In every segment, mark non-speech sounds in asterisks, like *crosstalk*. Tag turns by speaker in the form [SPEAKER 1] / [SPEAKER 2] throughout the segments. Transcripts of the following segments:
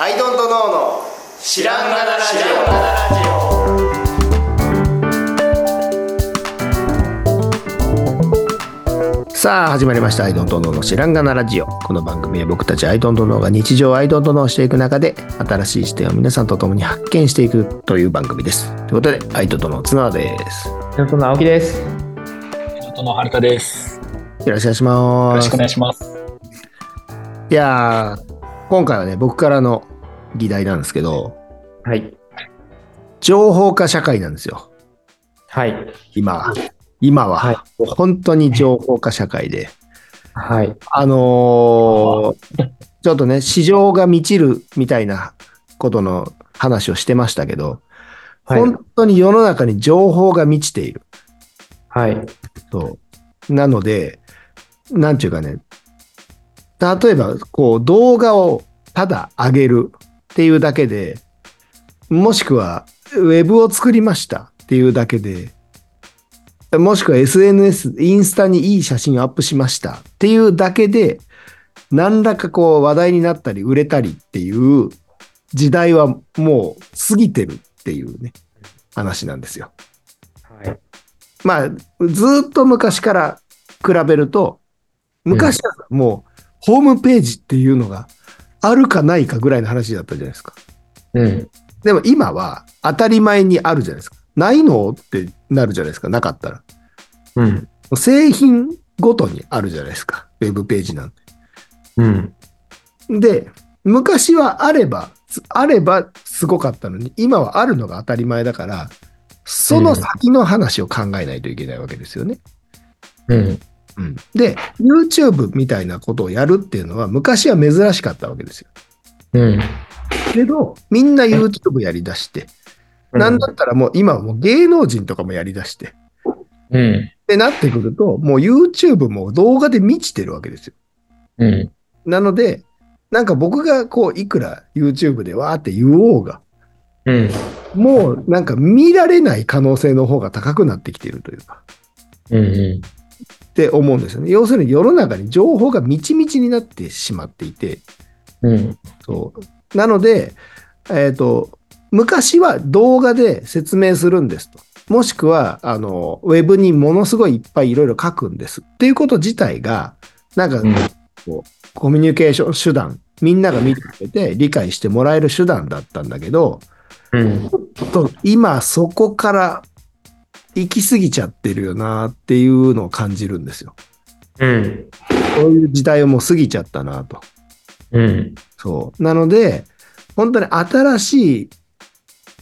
[SPEAKER 1] アイドントノーの知らんがなラジオさあ始まりました「アイドントノーの知らんがなラジオ」この番組は僕たちアイドントノーが日常をアイドントノーしていく中で新しい視点を皆さんと共に発見していくという番組ですということでアイドントノー綱です
[SPEAKER 2] ちょっと青木です。
[SPEAKER 3] 外の春田です。
[SPEAKER 1] よろしくお願いし
[SPEAKER 3] よ
[SPEAKER 1] ま
[SPEAKER 3] ろし
[SPEAKER 1] す
[SPEAKER 3] くお願いします。
[SPEAKER 1] いやー今回はね僕からの議題なんですけど
[SPEAKER 2] はい。
[SPEAKER 1] 情報化社会なんですよ
[SPEAKER 2] はい。
[SPEAKER 1] 今は今は、
[SPEAKER 2] はい
[SPEAKER 1] 本当に情報化社会で、
[SPEAKER 2] はい。
[SPEAKER 1] あのーちょっとね、市場が満ちるみたいなことの話をしてましたけど、
[SPEAKER 2] はい。
[SPEAKER 1] 本当に世の中に情報が満ちている。
[SPEAKER 2] はい。
[SPEAKER 1] そうなので、なんていうかね、例えば、こう、動画をただ上げるっていうだけで、もしくは、ウェブを作りましたっていうだけで、もしくは SNS、インスタにいい写真をアップしましたっていうだけで、何らかこう話題になったり売れたりっていう時代はもう過ぎてるっていうね、話なんですよ。
[SPEAKER 2] はい。
[SPEAKER 1] まあ、ずーっと昔から比べると、昔はもう、ホームページっていうのがあるかないかぐらいの話だったじゃないですか。
[SPEAKER 2] うん。
[SPEAKER 1] でも今は当たり前にあるじゃないですか。ないのってなるじゃないですか。なかったら。
[SPEAKER 2] うん。
[SPEAKER 1] 製品ごとにあるじゃないですか。ウェブページなん
[SPEAKER 2] うん。
[SPEAKER 1] て。で、昔はあれば、つあればすごかったのに、今はあるのが当たり前だから、その先の話を考えないといけないわけですよね。
[SPEAKER 2] うん。
[SPEAKER 1] うんで、YouTube みたいなことをやるっていうのは、昔は珍しかったわけですよ。
[SPEAKER 2] うん。
[SPEAKER 1] けど、みんな YouTube やりだして、なんだったらもう今はもう芸能人とかもやりだして、っ
[SPEAKER 2] うん。
[SPEAKER 1] てなってくると、もう YouTube も動画で満ちてるわけですよ。
[SPEAKER 2] うん。
[SPEAKER 1] なので、なんか僕がこう、いくら YouTube でわーって言おうが、
[SPEAKER 2] うん。
[SPEAKER 1] もうなんか見られない可能性の方が高くなってきているというか、
[SPEAKER 2] うん。
[SPEAKER 1] って思うんですよね。要するに世の中に情報がみちみちになってしまっていて、
[SPEAKER 2] うん。
[SPEAKER 1] そう。なので、えっ、と、昔は動画で説明するんですと。もしくは、あの、ウェブにものすごいいっぱいいろいろ書くんです。っていうこと自体が、なんか、
[SPEAKER 3] うん
[SPEAKER 1] コミュニケーション手段、みんなが見てくれて理解してもらえる手段だったんだけど、
[SPEAKER 2] うん。
[SPEAKER 1] ちょっと今そこから行き過ぎちゃってるよなっていうのを感じるんですよ。
[SPEAKER 2] うん。
[SPEAKER 1] そういう時代をもう過ぎちゃったなと。
[SPEAKER 2] うん。
[SPEAKER 1] そう。なので、本当に新しい、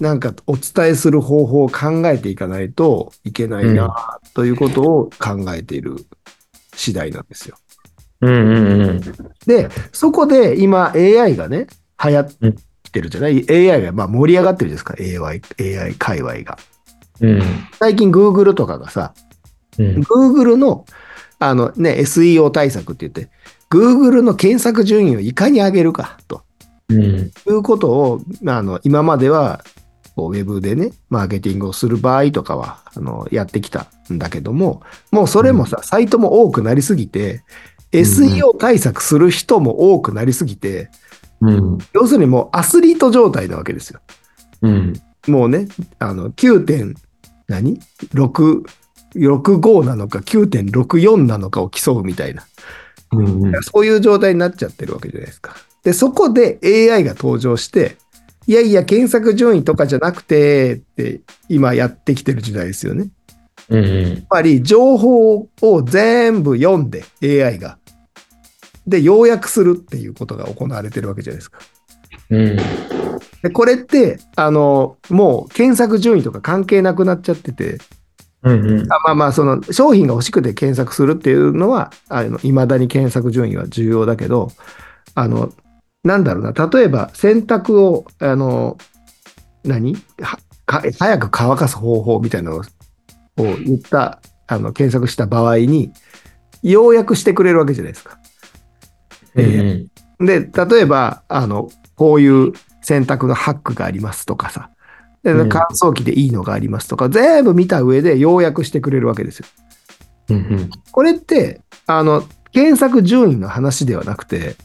[SPEAKER 1] なんかお伝えする方法を考えていかないといけないな、ということを考えている次第なんですよ。
[SPEAKER 2] うん。うん。
[SPEAKER 1] で、そこで今 AI がね、流行ってるじゃない、?AI がまあ盛り上がってるじゃないですか、AI, AI 界隈が。
[SPEAKER 2] うん。
[SPEAKER 1] 最近 Google とかがさ、
[SPEAKER 2] うん。
[SPEAKER 1] Google の、あのね、SEO 対策って言って、Google の検索順位をいかに上げるかと。
[SPEAKER 2] うん。
[SPEAKER 1] いうことを、あの、今までは、こうウェブでね、マーケティングをする場合とかは、あの、やってきたんだけども、もうそれもさ、サイトも多くなりすぎて、SEO 対策する人も多くなりすぎて、
[SPEAKER 2] うん。
[SPEAKER 1] 要するにもうアスリート状態なわけですよ。
[SPEAKER 2] うん。
[SPEAKER 1] もうね、あの、9. 点、何 ?6、65なのか9.64なのかを競うみたいな。
[SPEAKER 2] うん。
[SPEAKER 1] そういう状態になっちゃってるわけじゃないですか。で、そこで AI が登場して、いやいや、検索順位とかじゃなくて、って今やってきてる時代ですよね。やっ
[SPEAKER 2] うん。
[SPEAKER 1] ぱり情報を全部読んで AI が。で、要約するっていうことが行われてるわけじゃないですか。
[SPEAKER 2] うん。
[SPEAKER 1] で、これって、あの、もう検索順位とか関係なくなっちゃってて、
[SPEAKER 2] うん。
[SPEAKER 1] あまあまあ、その商品が欲しくて検索するっていうのは、あの、未だに検索順位は重要だけど、あの、なんだろうな、例えば洗濯を、あの、何はか早く乾かす方法みたいなのをを言った、あの、検索した場合に、要約してくれるわけじゃないですか。
[SPEAKER 2] うん。
[SPEAKER 1] で、例えば、あの、こういう洗濯のハックがありますとかさ、で
[SPEAKER 2] うん
[SPEAKER 1] 乾燥機でいいのがありますとか、全部見た上で要約してくれるわけですよ。
[SPEAKER 2] うん。
[SPEAKER 1] これって、あの、検索順位の話ではなくて、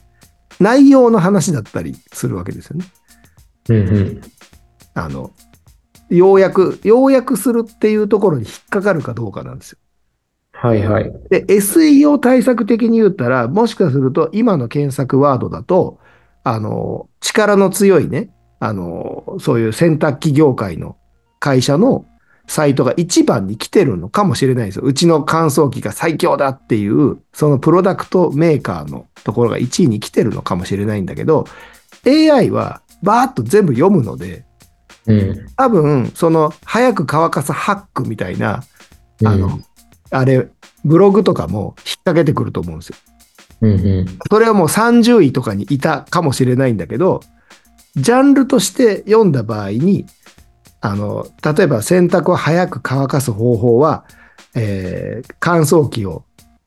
[SPEAKER 1] 内容の話だったりするわけですよね。
[SPEAKER 2] うん
[SPEAKER 1] あの、要約、要約するっていうところに引っかかるかどうかなんですよ。
[SPEAKER 2] はいはい。
[SPEAKER 1] で、SEO 対策的に言ったら、もしかすると今の検索ワードだと、あの、力の強いね、あの、そういう洗濯機業界の会社のサイトが一番に来てるのかもしれないですよ。うちの乾燥機が最強だっていう、そのプロダクトメーカーのところが1位に来てるのかもしれないんだけど、AI はバーッと全部読むので、
[SPEAKER 2] うん。
[SPEAKER 1] 多分、その、早く乾かすハックみたいな、
[SPEAKER 2] うん
[SPEAKER 1] あの、あれ、ブログとかも引っ掛けてくると思うんですよ。
[SPEAKER 2] うんうん。
[SPEAKER 1] それはもう30位とかにいたかもしれないんだけど、ジャンルとして読んだ場合に、あの、例えば洗濯を早く乾かす方法は、えー乾燥機を、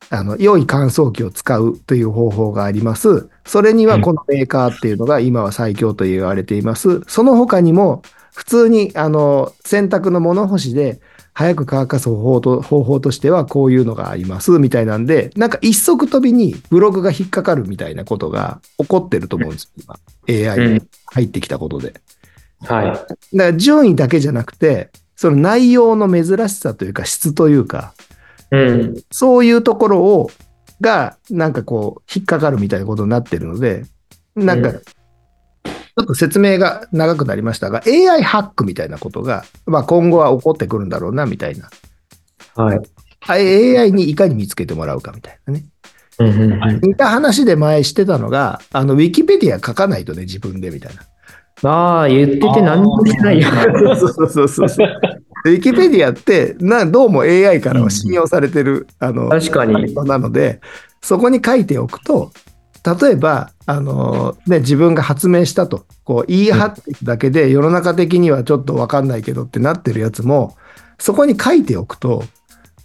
[SPEAKER 1] あの、良い乾燥機を使うという方法があります。それにはこのメーカーっていうのが今は最強と言われています。その他にも、普通に、あの、洗濯の物干しで、早く乾かす方法と方法としてはこういうのがありますみたいなんで、なんか一足飛びにブログが引っかかるみたいなことが起こってると思うんですよ、今。
[SPEAKER 2] う
[SPEAKER 1] AI
[SPEAKER 2] ん
[SPEAKER 1] が入ってきたことで。だか
[SPEAKER 2] は
[SPEAKER 1] ら順位だけじゃなくて、その内容の珍しさというか質というか、
[SPEAKER 2] い。うん。
[SPEAKER 1] そういうところを、が、なんかこう、引っかかるみたいなことになってるので、なんか、
[SPEAKER 2] うん
[SPEAKER 1] ちょっと説明が長くなりましたが、AI ハックみたいなことが、まあ今後は起こってくるんだろうな、みたいな。
[SPEAKER 2] はい。
[SPEAKER 1] あ AI にいかに見つけてもらうかみたいなね。
[SPEAKER 2] うんうんうん。
[SPEAKER 3] はい
[SPEAKER 1] 似た話で前してたのが、あの、ウィキペディア書かないとね、自分でみたいな。
[SPEAKER 2] ああ、言ってて何もしてないよ。 *laughs*
[SPEAKER 1] そうそうそうそうそう。ウィキペディアってな、どうも AI からは信用されてる、あの、
[SPEAKER 2] 確か
[SPEAKER 1] サイ
[SPEAKER 2] に。
[SPEAKER 1] トなので、そこに書いておくと、例えば、あのね、自分が発明したと、こう言い張っていくだけで、世の中的にはちょっとわかんないけどってなってるやつも、そこに書いておくと、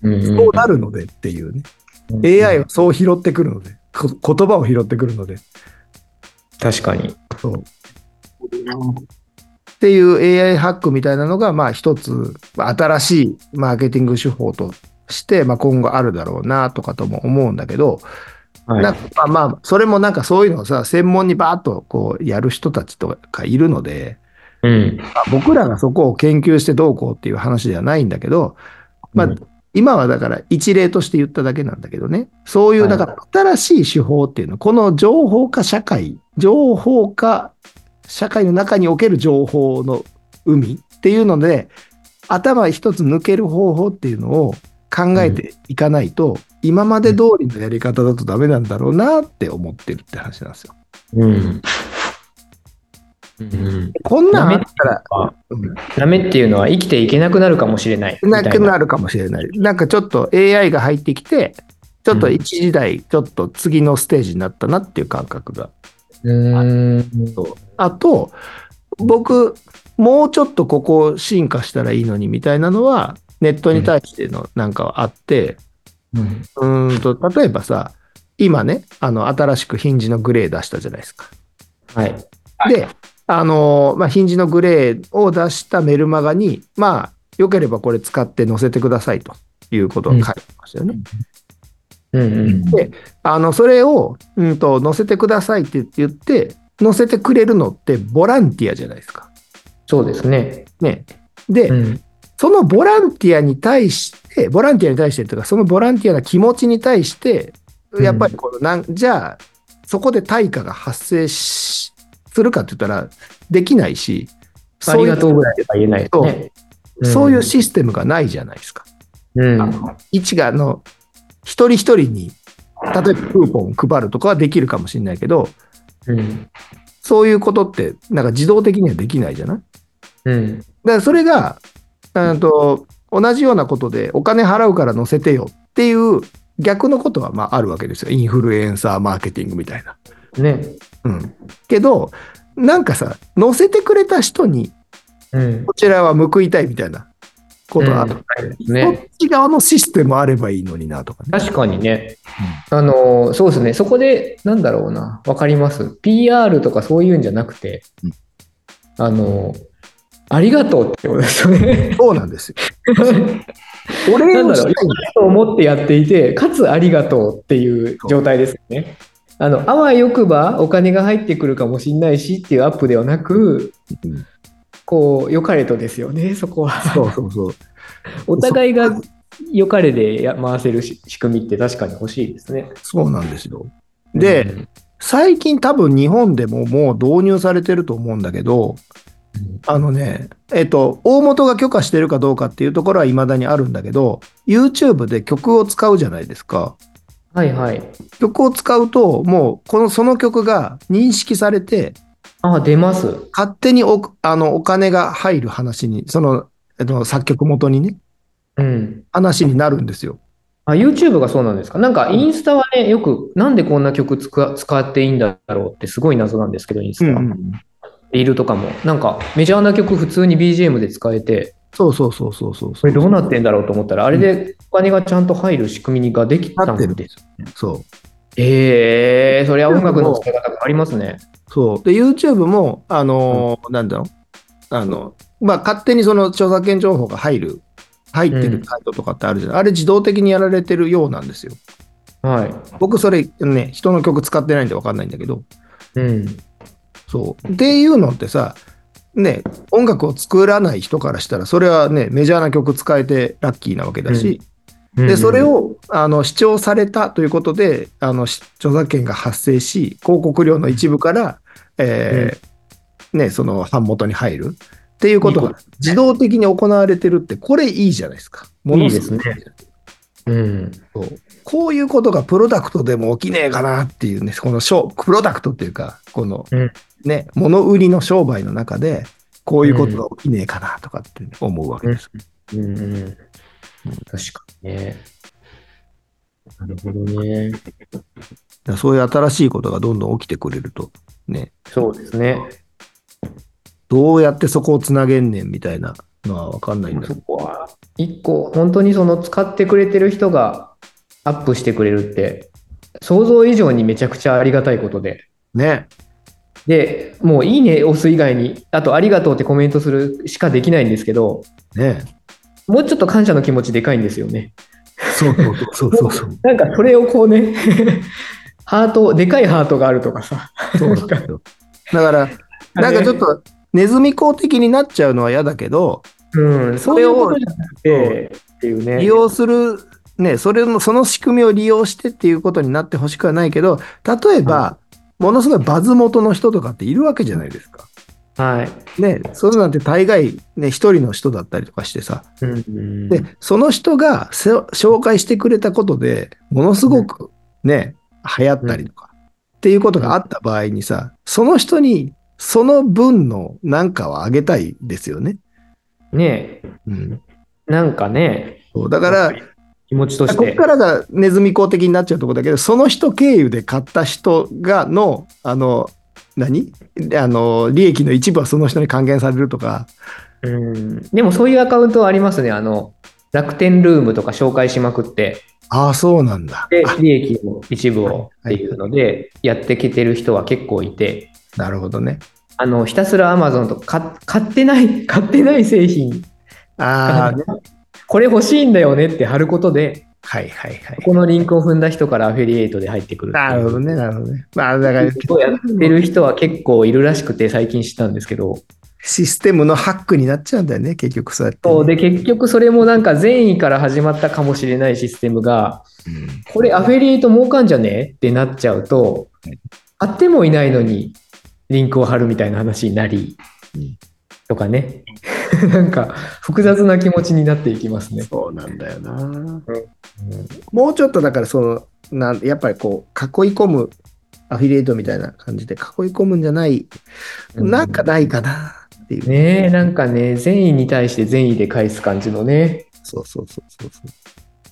[SPEAKER 1] そうなるのでっていうね。AI はそう拾ってくるので、こ言葉を拾ってくるので、
[SPEAKER 2] 確かに。
[SPEAKER 1] そう。っていう AI ハックみたいなのが、まあ一つ、まあ新しいマーケティング手法として、まあ今後あるだろうなとかとも思うんだけど、
[SPEAKER 2] はい
[SPEAKER 1] なんかまあまあ、それもなんかそういうのをさ、専門にバーッとこうやる人たちとかいるので、
[SPEAKER 2] うん。
[SPEAKER 1] まあ僕らがそこを研究してどうこうっていう話ではないんだけど、まあ
[SPEAKER 2] うん
[SPEAKER 1] 今はだから一例として言っただけなんだけどね、そうい
[SPEAKER 2] は
[SPEAKER 1] う
[SPEAKER 2] い
[SPEAKER 1] だから新しい手法っていうのは、この情報化社会、情報化社会の中における情報の海っていうので、頭一つ抜ける方法っていうのを考えていかないと、今まで通りのやり方だとダメなんだろうなって思ってるって話なんですよ。
[SPEAKER 2] うん。うん。
[SPEAKER 1] こんなんあったら、うん
[SPEAKER 2] ダメっていうのは生きていけなくなるかもしれない。
[SPEAKER 1] なく
[SPEAKER 2] る。
[SPEAKER 1] なるかもしれない。なんかちょっと AI が入ってきて、ちょっと
[SPEAKER 2] うん
[SPEAKER 1] 一時代、ちょっと次のステージになったなっていう感覚が。
[SPEAKER 2] うん。
[SPEAKER 1] あと、僕、もうちょっとここ進化したらいいのにみたいなのは、ネットに対してのなんかはあって、うーんと、例えばさ、今ね、あの、新しくヒンジのグレー出したじゃないですか。
[SPEAKER 2] はい。
[SPEAKER 3] はい
[SPEAKER 1] で、あのーまあ、ヒンジのグレーを出したメルマガに、まあ、よければこれ使って載せてくださいということを書いてましたよね。
[SPEAKER 2] うんうん。
[SPEAKER 1] あの、それを、うんと、載せてくださいって言って、載せてくれるのってボランティアじゃないですか。
[SPEAKER 2] そうですね。
[SPEAKER 1] ね。で、
[SPEAKER 2] うん。
[SPEAKER 1] そのボランティアに対して、ボランティアに対してというか、そのボランティアな気持ちに対して、やっぱりこのなん、じゃあ、そこで対価が発生しするかって言ったら、できないし、
[SPEAKER 2] ありがとうぐらいは言えないですね。
[SPEAKER 1] そういうシステムがないじゃないですか。
[SPEAKER 2] うん。
[SPEAKER 1] 一が、あの、一人一人に、例えばクーポン配るとかはできるかもしれないけど、
[SPEAKER 2] うん。
[SPEAKER 1] そういうことって、なんか自動的にはできないじゃないだか
[SPEAKER 2] うん。
[SPEAKER 1] らそれが、うんと、同じようなことで、お金払うから載せてよっていう逆のことはまああるわけですよ。インフルエンサーマーケティングみたいな。
[SPEAKER 2] ね。
[SPEAKER 1] うん。けど、なんかさ、載せてくれた人に、
[SPEAKER 2] うん。
[SPEAKER 1] こちらは報いたいみたいなことはある。そ
[SPEAKER 2] ね。
[SPEAKER 1] っち側のシステムあればいいのになとかね。
[SPEAKER 2] 確かにね。あの、そうですね。そこで、なんだろうな。わかります。PR とかそういうんじゃなくて
[SPEAKER 1] うん、
[SPEAKER 2] あの、ありがとうってことですよね。 *laughs*
[SPEAKER 1] そうなんですよ。お礼をしたいんだよ
[SPEAKER 2] と思ってやっていて、かつありがとうっていう状態ですよね。あの、あわよくばお金が入ってくるかもしれないしっていうアップではなく、
[SPEAKER 1] うん
[SPEAKER 2] こう、良かれとですよね、そこは。
[SPEAKER 1] そうそうそう。
[SPEAKER 2] お互いが良かれでや回せるし仕組みって確かに欲しいですね。
[SPEAKER 1] そうなんですよ。で、
[SPEAKER 2] うん、
[SPEAKER 1] 最近多分日本でももう導入されてると思うんだけど、あのね、えっと、大元が許可してるかどうかっていうところは未だにあるんだけど、YouTube で曲を使うじゃないですか。
[SPEAKER 2] はいはい。
[SPEAKER 1] 曲を使うと、もう、この、その曲が認識されて、
[SPEAKER 2] あ、出ます。
[SPEAKER 1] 勝手にお、あの、お金が入る話に、その、えっと、作曲元にね、
[SPEAKER 2] うん。
[SPEAKER 1] 話になるんですよ。
[SPEAKER 2] あ、YouTube がそうなんですか。なんか、インスタはね、よく、なんでこんな曲つく使っていいんだろうってすごい謎なんですけど、インスタ。リールとかも。なんか、メジャーな曲普通に BGM で使えて、
[SPEAKER 1] そうそうそうそうそう
[SPEAKER 2] こ
[SPEAKER 1] そう。
[SPEAKER 2] れどうなってんだろうと思ったら、あれでお金がちゃんと入る仕組みができたん
[SPEAKER 1] なって
[SPEAKER 2] で
[SPEAKER 1] る
[SPEAKER 2] す。
[SPEAKER 1] そう。
[SPEAKER 2] ええー、そりゃ音楽の使い方変わりますね。
[SPEAKER 1] そう。で、YouTube も、あのーなんだろう。あの、まあ、勝手にその著作権情報が入る、入って
[SPEAKER 2] う
[SPEAKER 1] る
[SPEAKER 2] ん
[SPEAKER 1] サイトとかってあるじゃない、ん。あれ自動的にやられてるようなんですよ。
[SPEAKER 2] はい。
[SPEAKER 1] 僕、それね、人の曲使ってないんで分かんないんだけど、
[SPEAKER 2] うん。
[SPEAKER 1] そう。っていうのってさ、ね、音楽を作らない人からしたら、それはね、メジャーな曲使えてラッキーなわけだし、
[SPEAKER 2] うん
[SPEAKER 1] で、それ、を、あの、視聴されたということで、あの、し著作権が発生し、広告料の一部から、えーね、その版元に入るっていうこと
[SPEAKER 2] いい
[SPEAKER 1] が自動的に行われてるって、これいいじゃないですか。ものごく
[SPEAKER 2] いいうん。
[SPEAKER 1] そうこういうことがプロダクトでも起きねえかなっていうね、この商、プロダクトっていうか、この
[SPEAKER 2] うん、
[SPEAKER 1] ね、物売りの商売の中で、こういうことが起きねえかなとかって思うわけです。
[SPEAKER 2] うんうん。確かにね。なるほどね。
[SPEAKER 1] だからそういう新しいことがどんどん起きてくれると、ね、
[SPEAKER 2] そうですね。
[SPEAKER 1] どうやってそこをつなげんねんみたいなのは分かんないんだ
[SPEAKER 2] そ
[SPEAKER 1] けど、
[SPEAKER 2] こは、一個、本当にその使ってくれてる人がアップしてくれるって、想像以上にめちゃくちゃありがたいことで。
[SPEAKER 1] ね。
[SPEAKER 2] で、もういいね押す以外に、あとありがとうってコメントするしかできないんですけど、
[SPEAKER 1] ね。
[SPEAKER 2] もうちょっと感謝の気持ちでかいんですよね。
[SPEAKER 1] そうそうそうそうそう。
[SPEAKER 2] なんかそれをこうね、 *laughs* ハート、でかいハートがあるとかさ。
[SPEAKER 1] そうなんですよ。だから、なんかちょっと、ネズミ公的になっちゃうのは嫌だけど、
[SPEAKER 2] うん、そういうことじゃなくて、っていうね。
[SPEAKER 1] 利用する、ね、それの、その仕組みを利用してっていうことになってほしくはないけど、例えば、ものすごいバズ元の人とかっているわけじゃないですか。
[SPEAKER 2] はい。
[SPEAKER 1] ね、そういうのなんて大概、ね、一人の人だったりとかしてさ、
[SPEAKER 2] うん
[SPEAKER 1] で、その人がせ紹介してくれたことでものすごくね、流行ったりとか、っていうことがあった場合にさ、その人にその分のなんかをあげたいですよね。
[SPEAKER 2] ね
[SPEAKER 1] うん、
[SPEAKER 2] えなんかね、
[SPEAKER 1] そうだから、
[SPEAKER 2] 気持ちとし
[SPEAKER 1] ここ
[SPEAKER 2] て。
[SPEAKER 1] からがネズミ公的になっちゃうところだけど、その人経由で買った人がの、あの、何あの、利益の一部はその人に還元されるとか、
[SPEAKER 2] うん、でもそういうアカウントはありますね。あの、楽天ルームとか紹介しまくって、
[SPEAKER 1] ああ、そうなんだ。
[SPEAKER 2] で
[SPEAKER 1] あ、
[SPEAKER 2] 利益の一部をっていうので、やってきてる人は結構いて、
[SPEAKER 1] なるほどね。
[SPEAKER 2] あの、ひたすら Amazon とかか買ってない、 *laughs* 買ってない製品、
[SPEAKER 1] ああ、ね
[SPEAKER 2] これ欲しいんだよねって貼ることで、
[SPEAKER 1] はいはいはい
[SPEAKER 2] こ。このリンクを踏んだ人からアフィリエイトで入ってくるっていう。
[SPEAKER 1] なるほどね、なるほどね。まあ、だから、
[SPEAKER 2] そうやってる人は結構いるらしくて、最近知ったんですけど。
[SPEAKER 1] システムのハックになっちゃうんだよね、結局そうやってね、
[SPEAKER 2] そうで結局それもなんか善意から始まったかもしれないシステムが
[SPEAKER 1] うん
[SPEAKER 2] これアフェリエイト儲かんじゃねってなっちゃうとあってもいないのにリンクを貼るみたいな話になり
[SPEAKER 1] うん
[SPEAKER 2] とかね *laughs* なんか複雑な気持ちになっていきますね。
[SPEAKER 1] そうなんだよな。もうちょっとだから、その、なんやっぱりこう、囲い込む、アフィリエイトみたいな感じで囲い込むんじゃない、なんかないかなっていう。
[SPEAKER 2] ねえなんかね善意に対して善意で返す感じのね
[SPEAKER 1] そうそうそうそうそう。 *laughs*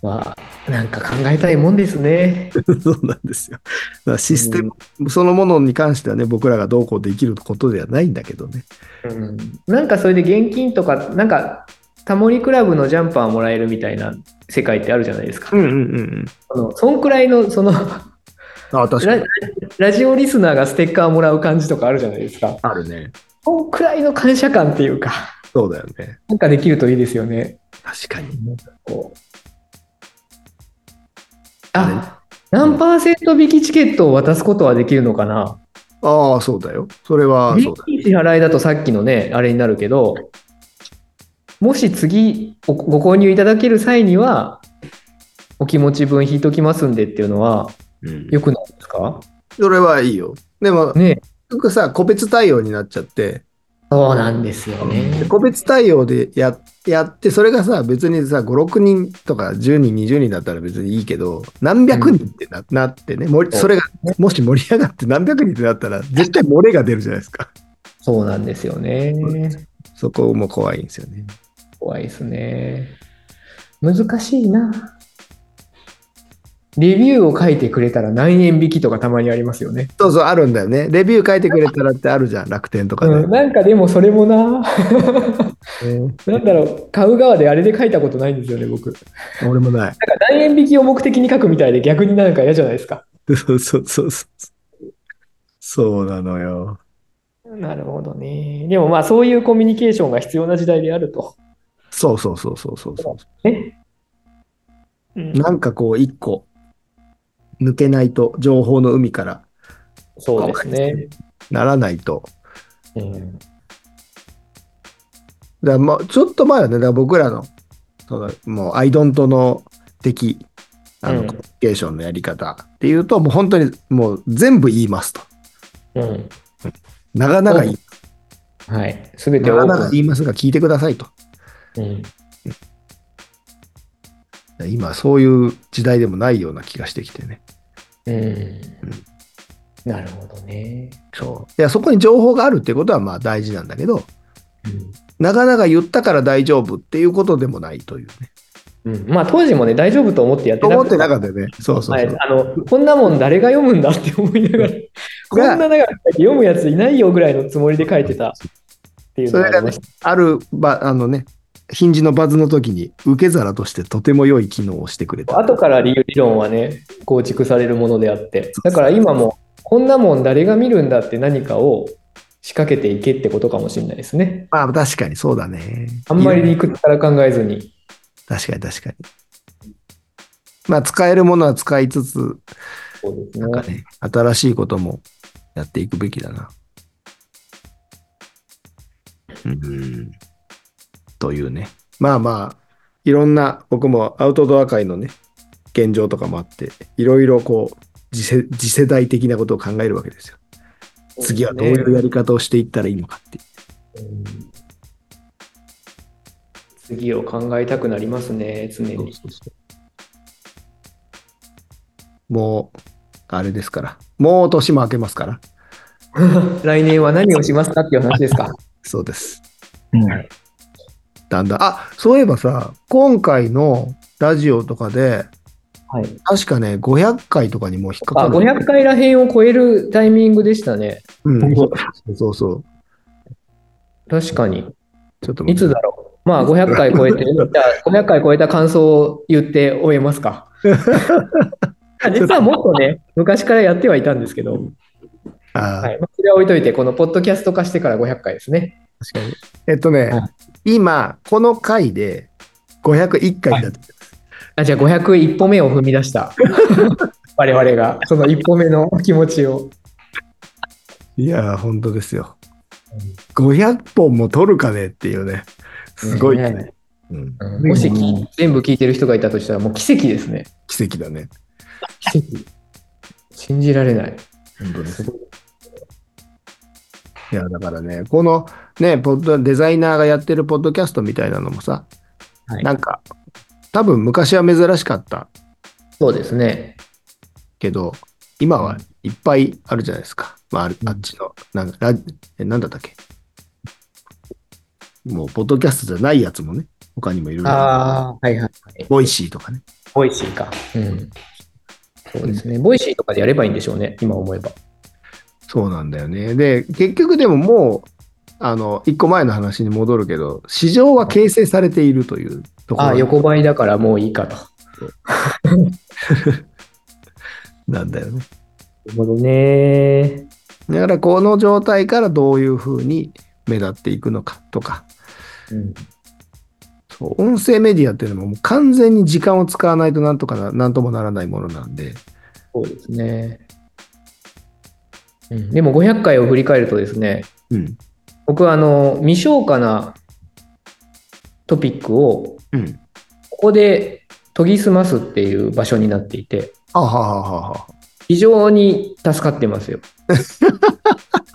[SPEAKER 2] まあなんか考えたいもんですね。
[SPEAKER 1] そうなんですよ。だからシステムそのものに関してはね、僕らがどうこうできることではないんだけどね。
[SPEAKER 2] うんなんかそれで現金とかなんかタモリクラブのジャンパーもらえるみたいな世界ってあるじゃないですか。
[SPEAKER 1] うんうんうんうん。
[SPEAKER 2] そのそんくらいのその
[SPEAKER 1] ああ、確か
[SPEAKER 2] ラ
[SPEAKER 1] に。
[SPEAKER 2] ラジオリスナーがステッカーもらう感じとかあるじゃないですか。
[SPEAKER 1] あるね。
[SPEAKER 2] そんくらいの感謝感っていうか、
[SPEAKER 1] そうだよね。
[SPEAKER 2] なんかできるといいですよね。
[SPEAKER 1] 確かに。
[SPEAKER 2] こうあ何パーセント引きチケットを渡すことはできるのかな
[SPEAKER 1] ああ、そうだよ。それは、
[SPEAKER 2] 現
[SPEAKER 1] そうだ。
[SPEAKER 2] 金支払いだとさっきのね、あれになるけど、もし次おご購入いただける際には、お気持ち分引いときますんでっていうのは、
[SPEAKER 1] うん
[SPEAKER 2] よくないですか
[SPEAKER 1] それはいいよ。でも、結
[SPEAKER 2] ね
[SPEAKER 1] 局さ、個別対応になっちゃって、
[SPEAKER 2] そうなんですよね。
[SPEAKER 1] 個別対応でややって、それがさ、別にさ、5、6人とか10人、20人だったら別にいいけど、何百人ってな,、なってね、盛りそれが、もし盛り上がって何百人ってなったら、絶対漏れが出るじゃないですか。
[SPEAKER 2] そうなんですよね。
[SPEAKER 1] そこも怖いんですよね。
[SPEAKER 2] 怖いですね。難しいな。レビューを書いてくれたら何円引きとかたまにありますよね。
[SPEAKER 1] そうそう、あるんだよね。レビュー書いてくれたらってあるじゃん、楽天とかで。
[SPEAKER 2] うん、なんかでもそれもな、
[SPEAKER 1] ね
[SPEAKER 2] なんだろう、買う側であれで書いたことないんですよね、僕。なんか
[SPEAKER 1] 俺もない。
[SPEAKER 2] 何円引きを目的に書くみたいで逆になんか嫌じゃないですか。
[SPEAKER 1] そうそうそうそう。そうなのよ。
[SPEAKER 2] なるほどね。でもまあそういうコミュニケーションが必要な時代であると。
[SPEAKER 1] そうそうそうそうそうそう。
[SPEAKER 2] ね。うん
[SPEAKER 1] なんかこう一個抜けないと情報の海から
[SPEAKER 2] そうですね。
[SPEAKER 1] ならないと。
[SPEAKER 2] うん
[SPEAKER 1] だからまあちょっと前はね、だから僕らのそのもうアイドントの的あの、
[SPEAKER 2] うん
[SPEAKER 1] コミュニケーションのやり方っていうともう本当にもう全部言いますと。
[SPEAKER 2] うん。
[SPEAKER 1] 長々言い
[SPEAKER 2] はい。すべて
[SPEAKER 1] 長
[SPEAKER 2] を。
[SPEAKER 1] 々言いますが聞いてくださいと。
[SPEAKER 2] うん
[SPEAKER 1] 今そういう時代でもないような気がしてきてね。
[SPEAKER 2] うんなるほどね。
[SPEAKER 1] そう。いやそこに情報があるってことはまあ大事なんだけど、なかなか言ったから大丈夫っていうことでもないというね。
[SPEAKER 2] うんまあ当時もね、大丈夫と思ってやって
[SPEAKER 1] 思ってなか
[SPEAKER 2] っ
[SPEAKER 1] ったよね。そうそう
[SPEAKER 2] は
[SPEAKER 1] そう
[SPEAKER 2] い。あのこんなもん誰が読むんだって思いながら、こんな長く読むやついないよぐらいのつもりで書いてたっていうのがありました。
[SPEAKER 1] あるば、あのね、ヒンジのバズの時に受け皿としてとても良い機能をしてくれた。
[SPEAKER 2] 後から理由理論はね、構築されるものであって、だから今も、こんなもん誰が見るんだって何かを仕掛けていけってことかもしれないですね。
[SPEAKER 1] まあ確かにそうだね。
[SPEAKER 2] あんまり理屈から考えずに。
[SPEAKER 1] 確かに確かに。まあ使えるものは使いつつ、
[SPEAKER 2] そうです
[SPEAKER 1] なんかね、新しいこともやっていくべきだな。うん。というね。まあまあ、いろんな、僕もアウトドア界のね、現状とかもあって、いろいろこう、次世次世代的なことを考えるわけですよ。次はどういうやり方をしていったらいいのかって。
[SPEAKER 2] うん次を考えたくなりますね、常に。 *laughs*
[SPEAKER 1] もう、あれですから。もう年も明けますから。
[SPEAKER 2] 来年は何をしますかっていう話です *laughs* か。
[SPEAKER 1] そうです。
[SPEAKER 3] うん。
[SPEAKER 1] だんだん。あ、そういえばさ、今回のラジオとかで、
[SPEAKER 2] はい、
[SPEAKER 1] 確かね、500回とかにもう引っかか
[SPEAKER 2] あ
[SPEAKER 1] る。
[SPEAKER 2] 500回らへんを超えるタイミングでしたね。
[SPEAKER 1] うん、そうそうそう。
[SPEAKER 2] 確かに。
[SPEAKER 1] ちょっと
[SPEAKER 2] い
[SPEAKER 1] 待って
[SPEAKER 2] つだろう。まあ500回超え *laughs* て、じゃあ500回超えた感想を言って終えます *laughs* か。実はもっとね、昔からやってはいたんですけど、
[SPEAKER 1] あー
[SPEAKER 2] はいまあそれは置いといて、このポッドキャスト化してから500回ですね。
[SPEAKER 1] 確かに。えっとね、
[SPEAKER 2] は
[SPEAKER 1] 今、この回で501回だって、
[SPEAKER 2] あじゃあ500一歩目を踏み出 *laughs* した。我々が、その一歩目の気持ちを。
[SPEAKER 1] い、やー、本当ですよ。500本も取るかねっていうね、すごい、ね
[SPEAKER 2] ね
[SPEAKER 1] うん
[SPEAKER 2] うんもし
[SPEAKER 3] うん
[SPEAKER 2] き全部聞いてる人がいたとしたら、もう奇跡ですね。
[SPEAKER 1] 奇跡だね。
[SPEAKER 2] 奇跡。信じられない。
[SPEAKER 1] 本当です。
[SPEAKER 2] すご
[SPEAKER 1] いや、だからね、このね、ポッドデザイナーがやってるポッドキャストみたいなのもさ、
[SPEAKER 2] はい
[SPEAKER 1] なんか、多分昔は珍しかった
[SPEAKER 2] そうですね。
[SPEAKER 1] けど、今はいっぱいあるじゃないですか。まあ、ある
[SPEAKER 2] うん
[SPEAKER 1] あっちの、なんかラジえなんだったっけ。もう、ポッドキャストじゃないやつもね、他にもいろいろ。
[SPEAKER 2] ああ、はいはい。
[SPEAKER 1] ボイシーとかね。
[SPEAKER 2] ボイシーか。うん。そうですね。ボイシーとかでやればいいんでしょうね、今思えば。
[SPEAKER 1] そうなんだよね。で、結局でももう、あの、一個前の話に戻るけど、市場は形成されているというとこ
[SPEAKER 2] ああ、
[SPEAKER 1] ろ
[SPEAKER 2] 横ばいだからもういいかと。
[SPEAKER 1] なんだよね。
[SPEAKER 2] なるほどね。
[SPEAKER 1] だから、この状態からどういうふうに目立っていくのかとか、
[SPEAKER 2] うん。
[SPEAKER 1] そう音声メディアっていうのももう完全に時間を使わないとなんとかななんともならないものなんで、
[SPEAKER 2] そうですね。うん、でも500回を振り返るとですね、
[SPEAKER 1] うん。
[SPEAKER 2] 僕はあの未消化なトピックを
[SPEAKER 1] うん。
[SPEAKER 2] ここで研ぎ澄ますっていう場所になっていて、
[SPEAKER 1] あはははは
[SPEAKER 2] 非常に助かってますよ。
[SPEAKER 1] は。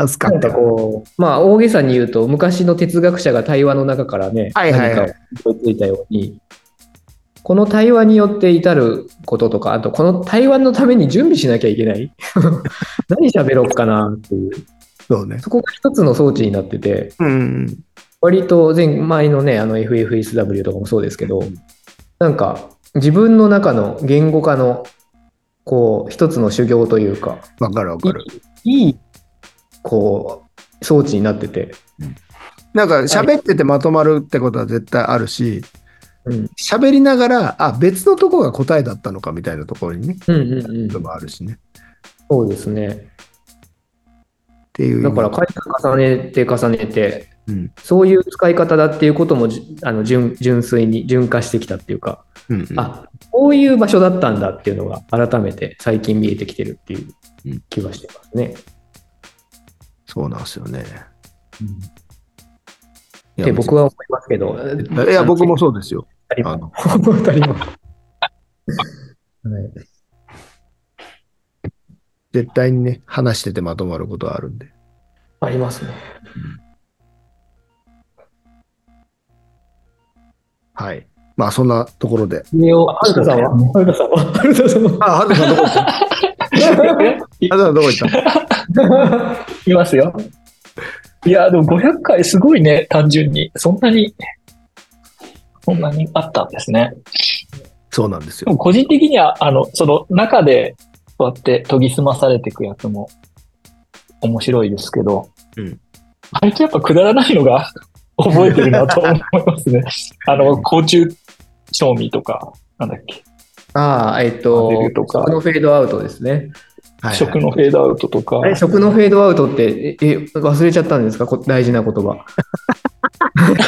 [SPEAKER 1] 助か
[SPEAKER 2] なん
[SPEAKER 1] った
[SPEAKER 2] か。こう、まあ大げさに言うと、昔の哲学者が対話の中からね、
[SPEAKER 1] はいはいはい
[SPEAKER 2] 何かを思いついたように、この対話によって至ることとか、あとこの対話のために準備しなきゃいけない。 *laughs* 何喋ろうかなっていう。
[SPEAKER 1] そうね。
[SPEAKER 2] そこが一つの装置になってて、
[SPEAKER 1] うん。
[SPEAKER 2] 割と前前のね、あの FFSW とかもそうですけど、なんか自分の中の言語化の、こう、一つの修行というか、
[SPEAKER 1] わかるわかる。
[SPEAKER 2] いい、いいこう、装置になってて、
[SPEAKER 1] なんか喋っててまとまるってことは絶対あるし、
[SPEAKER 2] うん、
[SPEAKER 1] 喋りながら、あ、別のとこが答えだったのかみたいなところにね、
[SPEAKER 2] うんうんうん
[SPEAKER 1] こともあるしね。
[SPEAKER 2] そうですね。
[SPEAKER 1] っていう意
[SPEAKER 2] だ
[SPEAKER 1] 味。
[SPEAKER 2] から回数重ねて重ねて、
[SPEAKER 1] うん。
[SPEAKER 2] そういう使い方だっていうこともじあの純純粋に純化してきたっていうか、
[SPEAKER 1] うんうん。
[SPEAKER 2] あこういう場所だったんだっていうのが改めて最近見えてきてるっていう気がしてますね。
[SPEAKER 1] そうなんですよね。い
[SPEAKER 2] って
[SPEAKER 1] や
[SPEAKER 2] 僕は思いますけど。
[SPEAKER 1] いや、僕もそうですよ。
[SPEAKER 2] 当たり
[SPEAKER 1] あ
[SPEAKER 2] 前。
[SPEAKER 1] の、
[SPEAKER 2] 当たり前。はい
[SPEAKER 1] 絶対にね、話しててまとまることはあるんで。
[SPEAKER 2] ありますね。
[SPEAKER 1] はい。まあ、そんなところで。
[SPEAKER 3] それを、
[SPEAKER 2] はるかさんははるかさんははるかさんは
[SPEAKER 1] あ、はるさんどこ行 *laughs* ったはるさんどこ行った
[SPEAKER 3] いますよ。いや、でも500回すごいね、単純に。そんなに、そんなにあったんですね。
[SPEAKER 1] そうなんです *laughs*
[SPEAKER 3] で
[SPEAKER 1] よ。
[SPEAKER 3] も個人的には、あの、その中で、こうやって研ぎ澄まされていくやつも面白いですけど、
[SPEAKER 1] うん
[SPEAKER 3] 最近やっぱくだらないのが *laughs* 覚えてるなと思いま
[SPEAKER 1] *laughs*
[SPEAKER 3] すね。あの、甲虫賞味とか、なんだっけ、
[SPEAKER 2] ああ、えっと、
[SPEAKER 3] 当てるとか
[SPEAKER 2] 食のフェードアウトですね。
[SPEAKER 1] はい、
[SPEAKER 3] 食のフェードアウトとか
[SPEAKER 2] あ、れ、食のフェードアウトって、え、え忘れちゃったんですかこ大事な言葉。
[SPEAKER 3] *laughs*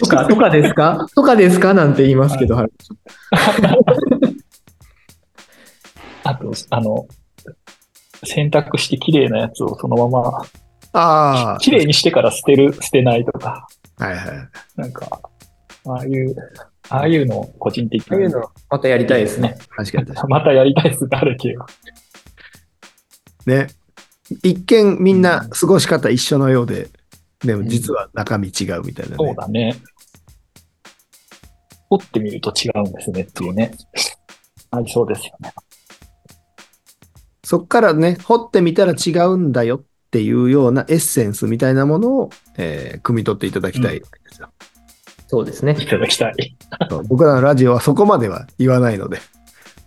[SPEAKER 2] とか、とかですかとかですかなんて言いますけど、はい
[SPEAKER 3] あと、あの、洗濯して綺麗なやつをそのまま、
[SPEAKER 1] あ
[SPEAKER 3] 綺麗にしてから捨てる、捨てないとか、
[SPEAKER 1] あ、はいはい。
[SPEAKER 3] なんか、ああいう、ああいうのを個人的
[SPEAKER 2] ああいう
[SPEAKER 3] に
[SPEAKER 2] の、またやりたいですね。
[SPEAKER 1] 確かに確か
[SPEAKER 3] *laughs* またやりたいですね、あるけど。
[SPEAKER 1] に。ね。一見みんな過ごし方一緒のようで、でも実は中身違うみたいな
[SPEAKER 3] そう
[SPEAKER 1] ね。
[SPEAKER 3] だね。掘ってみると違うんですねっていうね。ありそうですよね。
[SPEAKER 1] そっからね、掘ってみたら違うんだよっていうようなエッセンスみたいなものを、えー汲み取っていただきたいわけですよ。
[SPEAKER 2] そうですね。
[SPEAKER 3] いただきたい。
[SPEAKER 1] そう僕らのラジオはそこまでは言わないので。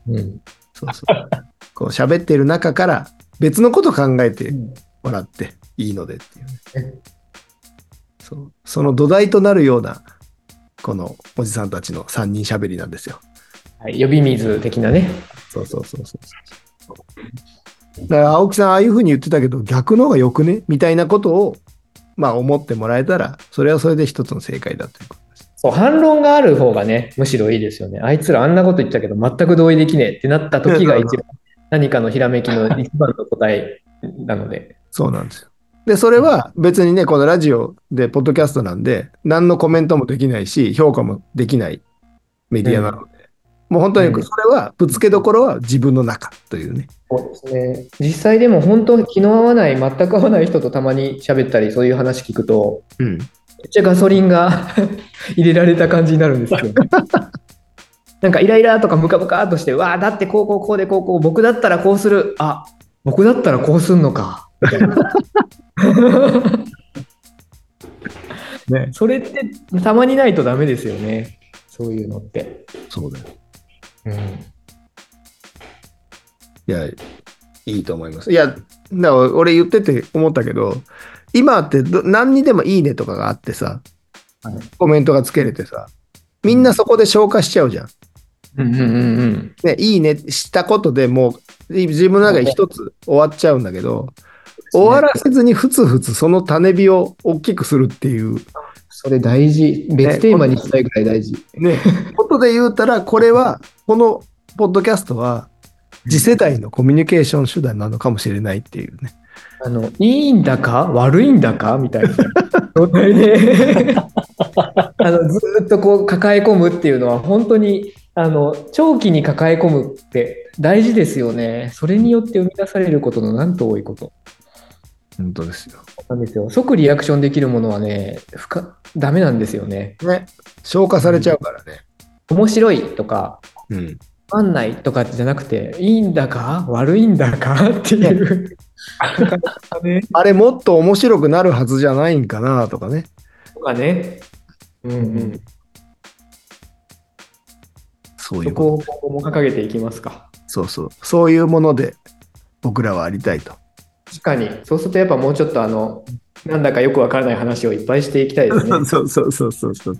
[SPEAKER 2] うん。
[SPEAKER 1] そうそう。 *laughs* こう喋ってる中から別のこと考えて
[SPEAKER 3] うん
[SPEAKER 1] もらっていいのでっていうね
[SPEAKER 2] え。
[SPEAKER 1] そうその土台となるような、このおじさんたちの3人喋りなんですよ。
[SPEAKER 2] はい、呼び水的なね。
[SPEAKER 1] そうそうそうそうそう。だから青木さん、ああいうふうに言ってたけど、逆の方がよくねみたいなことを、まあ思ってもらえたら、それはそれで一つの正解だということです。
[SPEAKER 2] そう、反論がある方がね、むしろいいですよね。あいつらあんなこと言ったけど、全く同意できねえってなった時が一番、何かのひらめきの一番の答えなので。
[SPEAKER 1] そうなんですよ。で、それは別にね、このラジオで、ポッドキャストなんで、何のコメントもできないし、評価もできないメディアなので、もう本当
[SPEAKER 2] う
[SPEAKER 1] に
[SPEAKER 2] ん
[SPEAKER 1] それは、ぶつけどころは自分の中というね。
[SPEAKER 2] そうですね。実際でも本当、気の合わない、全く合わない人とたまに喋ったり、そういう話聞くと、
[SPEAKER 1] うん。
[SPEAKER 2] めっちゃガソリンが *laughs* 入れられた感じになるんですよ、 *laughs* ね。なんかイライラとかムカムカっとして、わあ、だってこうこうこうでこうこう、僕だったらこうする、あ僕だったらこうすんのか、みたいな。
[SPEAKER 1] ね。
[SPEAKER 2] それってたまにないとダメですよね、そういうのって。
[SPEAKER 1] そうだよ。
[SPEAKER 2] うん
[SPEAKER 1] いや、いいと思います。いや、だから俺言ってて思ったけど、今ってど何にでもいいねとかがあってさ、
[SPEAKER 3] はい
[SPEAKER 1] コメントがつけれてさ、みんなそこで消化しちゃうじゃん。
[SPEAKER 2] うんうんうんうん。
[SPEAKER 1] ね、いいねしたことでもうい自分の中で一つ終わっちゃうんだけど、終わらせずにふつふつその種火を大きくするっていう、
[SPEAKER 2] それ大事。別テーマにしたいぐらい大事。
[SPEAKER 1] ね、ことで言うたら、これはこのポッドキャストは、次世代のコミュニケーション手段なのかもしれないっていうね。
[SPEAKER 2] あの、いいんだか悪いんだかみたいな状態 *laughs* であの、ずーっとこう抱え込むっていうのは本当に、あの、長期に抱え込むって大事ですよね。それによって生み出されることのなんと多いこと。
[SPEAKER 1] 本当ですよ。
[SPEAKER 2] なんですよ。即リアクションできるものはね、ふかダメなんですよね。
[SPEAKER 1] ね。消化されちゃうからね。
[SPEAKER 2] 面白いとか、
[SPEAKER 1] うん。
[SPEAKER 2] つまんないとかじゃなくて、いいんだか悪いんだかっていう。
[SPEAKER 1] あれ、もっと面白くなるはずじゃないんかなとかね。
[SPEAKER 2] とかね。うんうん。
[SPEAKER 1] そうい
[SPEAKER 2] そう
[SPEAKER 1] こと
[SPEAKER 2] こを今後も掲げていきますか。
[SPEAKER 1] そうそう。そういうもので、僕らはありたいと。
[SPEAKER 2] 確かに、そうするとやっぱもうちょっとあの、なんだかよくわからない話をいっぱいしていきたいです *laughs* ね。
[SPEAKER 1] そうそうそうそうそう。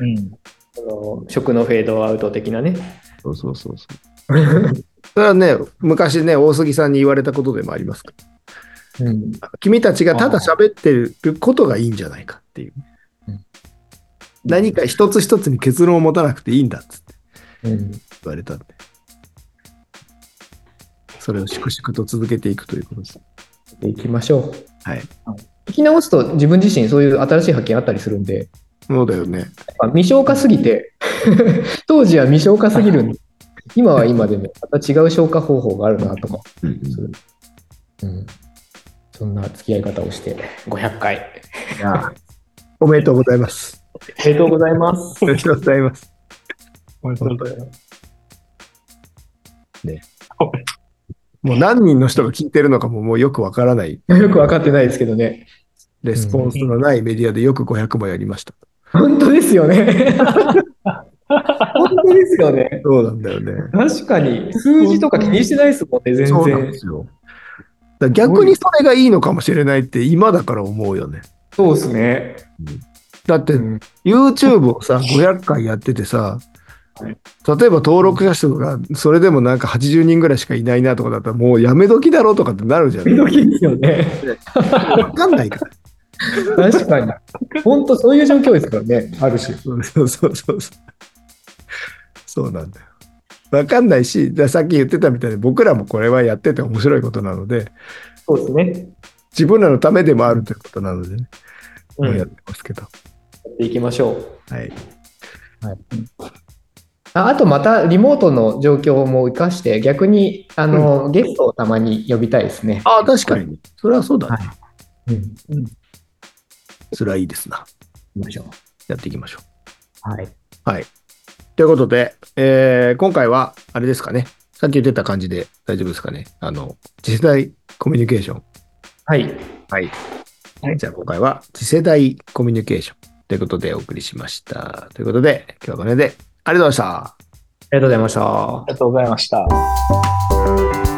[SPEAKER 3] うん。
[SPEAKER 2] その食のフェードアウト的なね。
[SPEAKER 1] そうそうそうそう。 *laughs* それはね、昔ね、大杉さんに言われたことでもありますから
[SPEAKER 2] うん、
[SPEAKER 1] 君たちがただ喋ってることがいいんじゃないかっていう
[SPEAKER 2] うん。
[SPEAKER 1] 何か一つ一つに結論を持たなくていいんだっつって
[SPEAKER 2] うん、
[SPEAKER 1] 言われたんで。それを粛々と続けていくということです。
[SPEAKER 2] いきましょう。
[SPEAKER 1] はい。
[SPEAKER 2] 聞き直すと自分自身そういう新しい発見あったりするんで、
[SPEAKER 1] そうだよね。
[SPEAKER 2] やっぱ未消化すぎて、 *laughs* 当時は未消化すぎるんで、今は今でもまた違う消化方法があるなとか、
[SPEAKER 1] うん
[SPEAKER 2] そううん、そんな付き合い方をして500回。
[SPEAKER 1] いやおめでとうございます。
[SPEAKER 2] ありがとうございます。
[SPEAKER 1] おめでとうございます。
[SPEAKER 3] 本当だよ。
[SPEAKER 1] もう何人の人が聞いてるのかももうよくわからない、
[SPEAKER 2] よく分かってないですけどね。
[SPEAKER 1] レスポンスのないメディアでよく500もやりました。
[SPEAKER 2] 本当ですよ *laughs* ね。本当ですよね。
[SPEAKER 1] そうなんだよね。
[SPEAKER 2] 確かに、数字とか気にしてないですもんね、全
[SPEAKER 1] そうなんで
[SPEAKER 2] 然。
[SPEAKER 1] すよ。だから逆にそれがいいのかもしれないって今だから思うよね。
[SPEAKER 2] そうですね。
[SPEAKER 1] だって
[SPEAKER 2] うん
[SPEAKER 1] YouTube をさ、500回やっててさ、
[SPEAKER 3] はい
[SPEAKER 1] 例えば登録者数がそれでもなんか80人ぐらいしかいないなとかだったらもうやめ時だろうとかってなるじゃん。
[SPEAKER 2] ドキドキですよね。
[SPEAKER 1] わかんない *laughs* か
[SPEAKER 2] *laughs*
[SPEAKER 1] ら。
[SPEAKER 2] 確かに。本当そういう状況ですからね、ある種。
[SPEAKER 1] そうそうそうそう。そうなんだよ。わかんないし、だからさっき言ってたみたいに僕らもこれはやってて面白いことなので、
[SPEAKER 2] そうですね。
[SPEAKER 1] 自分らのためでもあるということなのでね、
[SPEAKER 2] う
[SPEAKER 1] も
[SPEAKER 2] ん、
[SPEAKER 1] う
[SPEAKER 2] や
[SPEAKER 1] やっ
[SPEAKER 2] って
[SPEAKER 1] ますけど。
[SPEAKER 2] ていきましょう。
[SPEAKER 1] はい。
[SPEAKER 2] ああとまたリモートの状況も生かして逆にあの、ゲストをたまに呼びたいですね。
[SPEAKER 1] ああ、確かに。それはそうだね。
[SPEAKER 2] うん、
[SPEAKER 1] それはいいですな。
[SPEAKER 2] 行きましょう。
[SPEAKER 1] やっていきましょう。
[SPEAKER 2] はい。
[SPEAKER 1] ということで、えー今回は、あれですかね。さっき言ってた感じで大丈夫ですかね。あの、次世代コミュニケーション。
[SPEAKER 2] はい。
[SPEAKER 1] はい。
[SPEAKER 3] はい
[SPEAKER 1] じゃあ今回は次世代コミュニケーションということでお送りしました。ということで、今日はこの辺でありがとうございました。
[SPEAKER 2] ありがとうございました
[SPEAKER 3] あ。りがとうございました。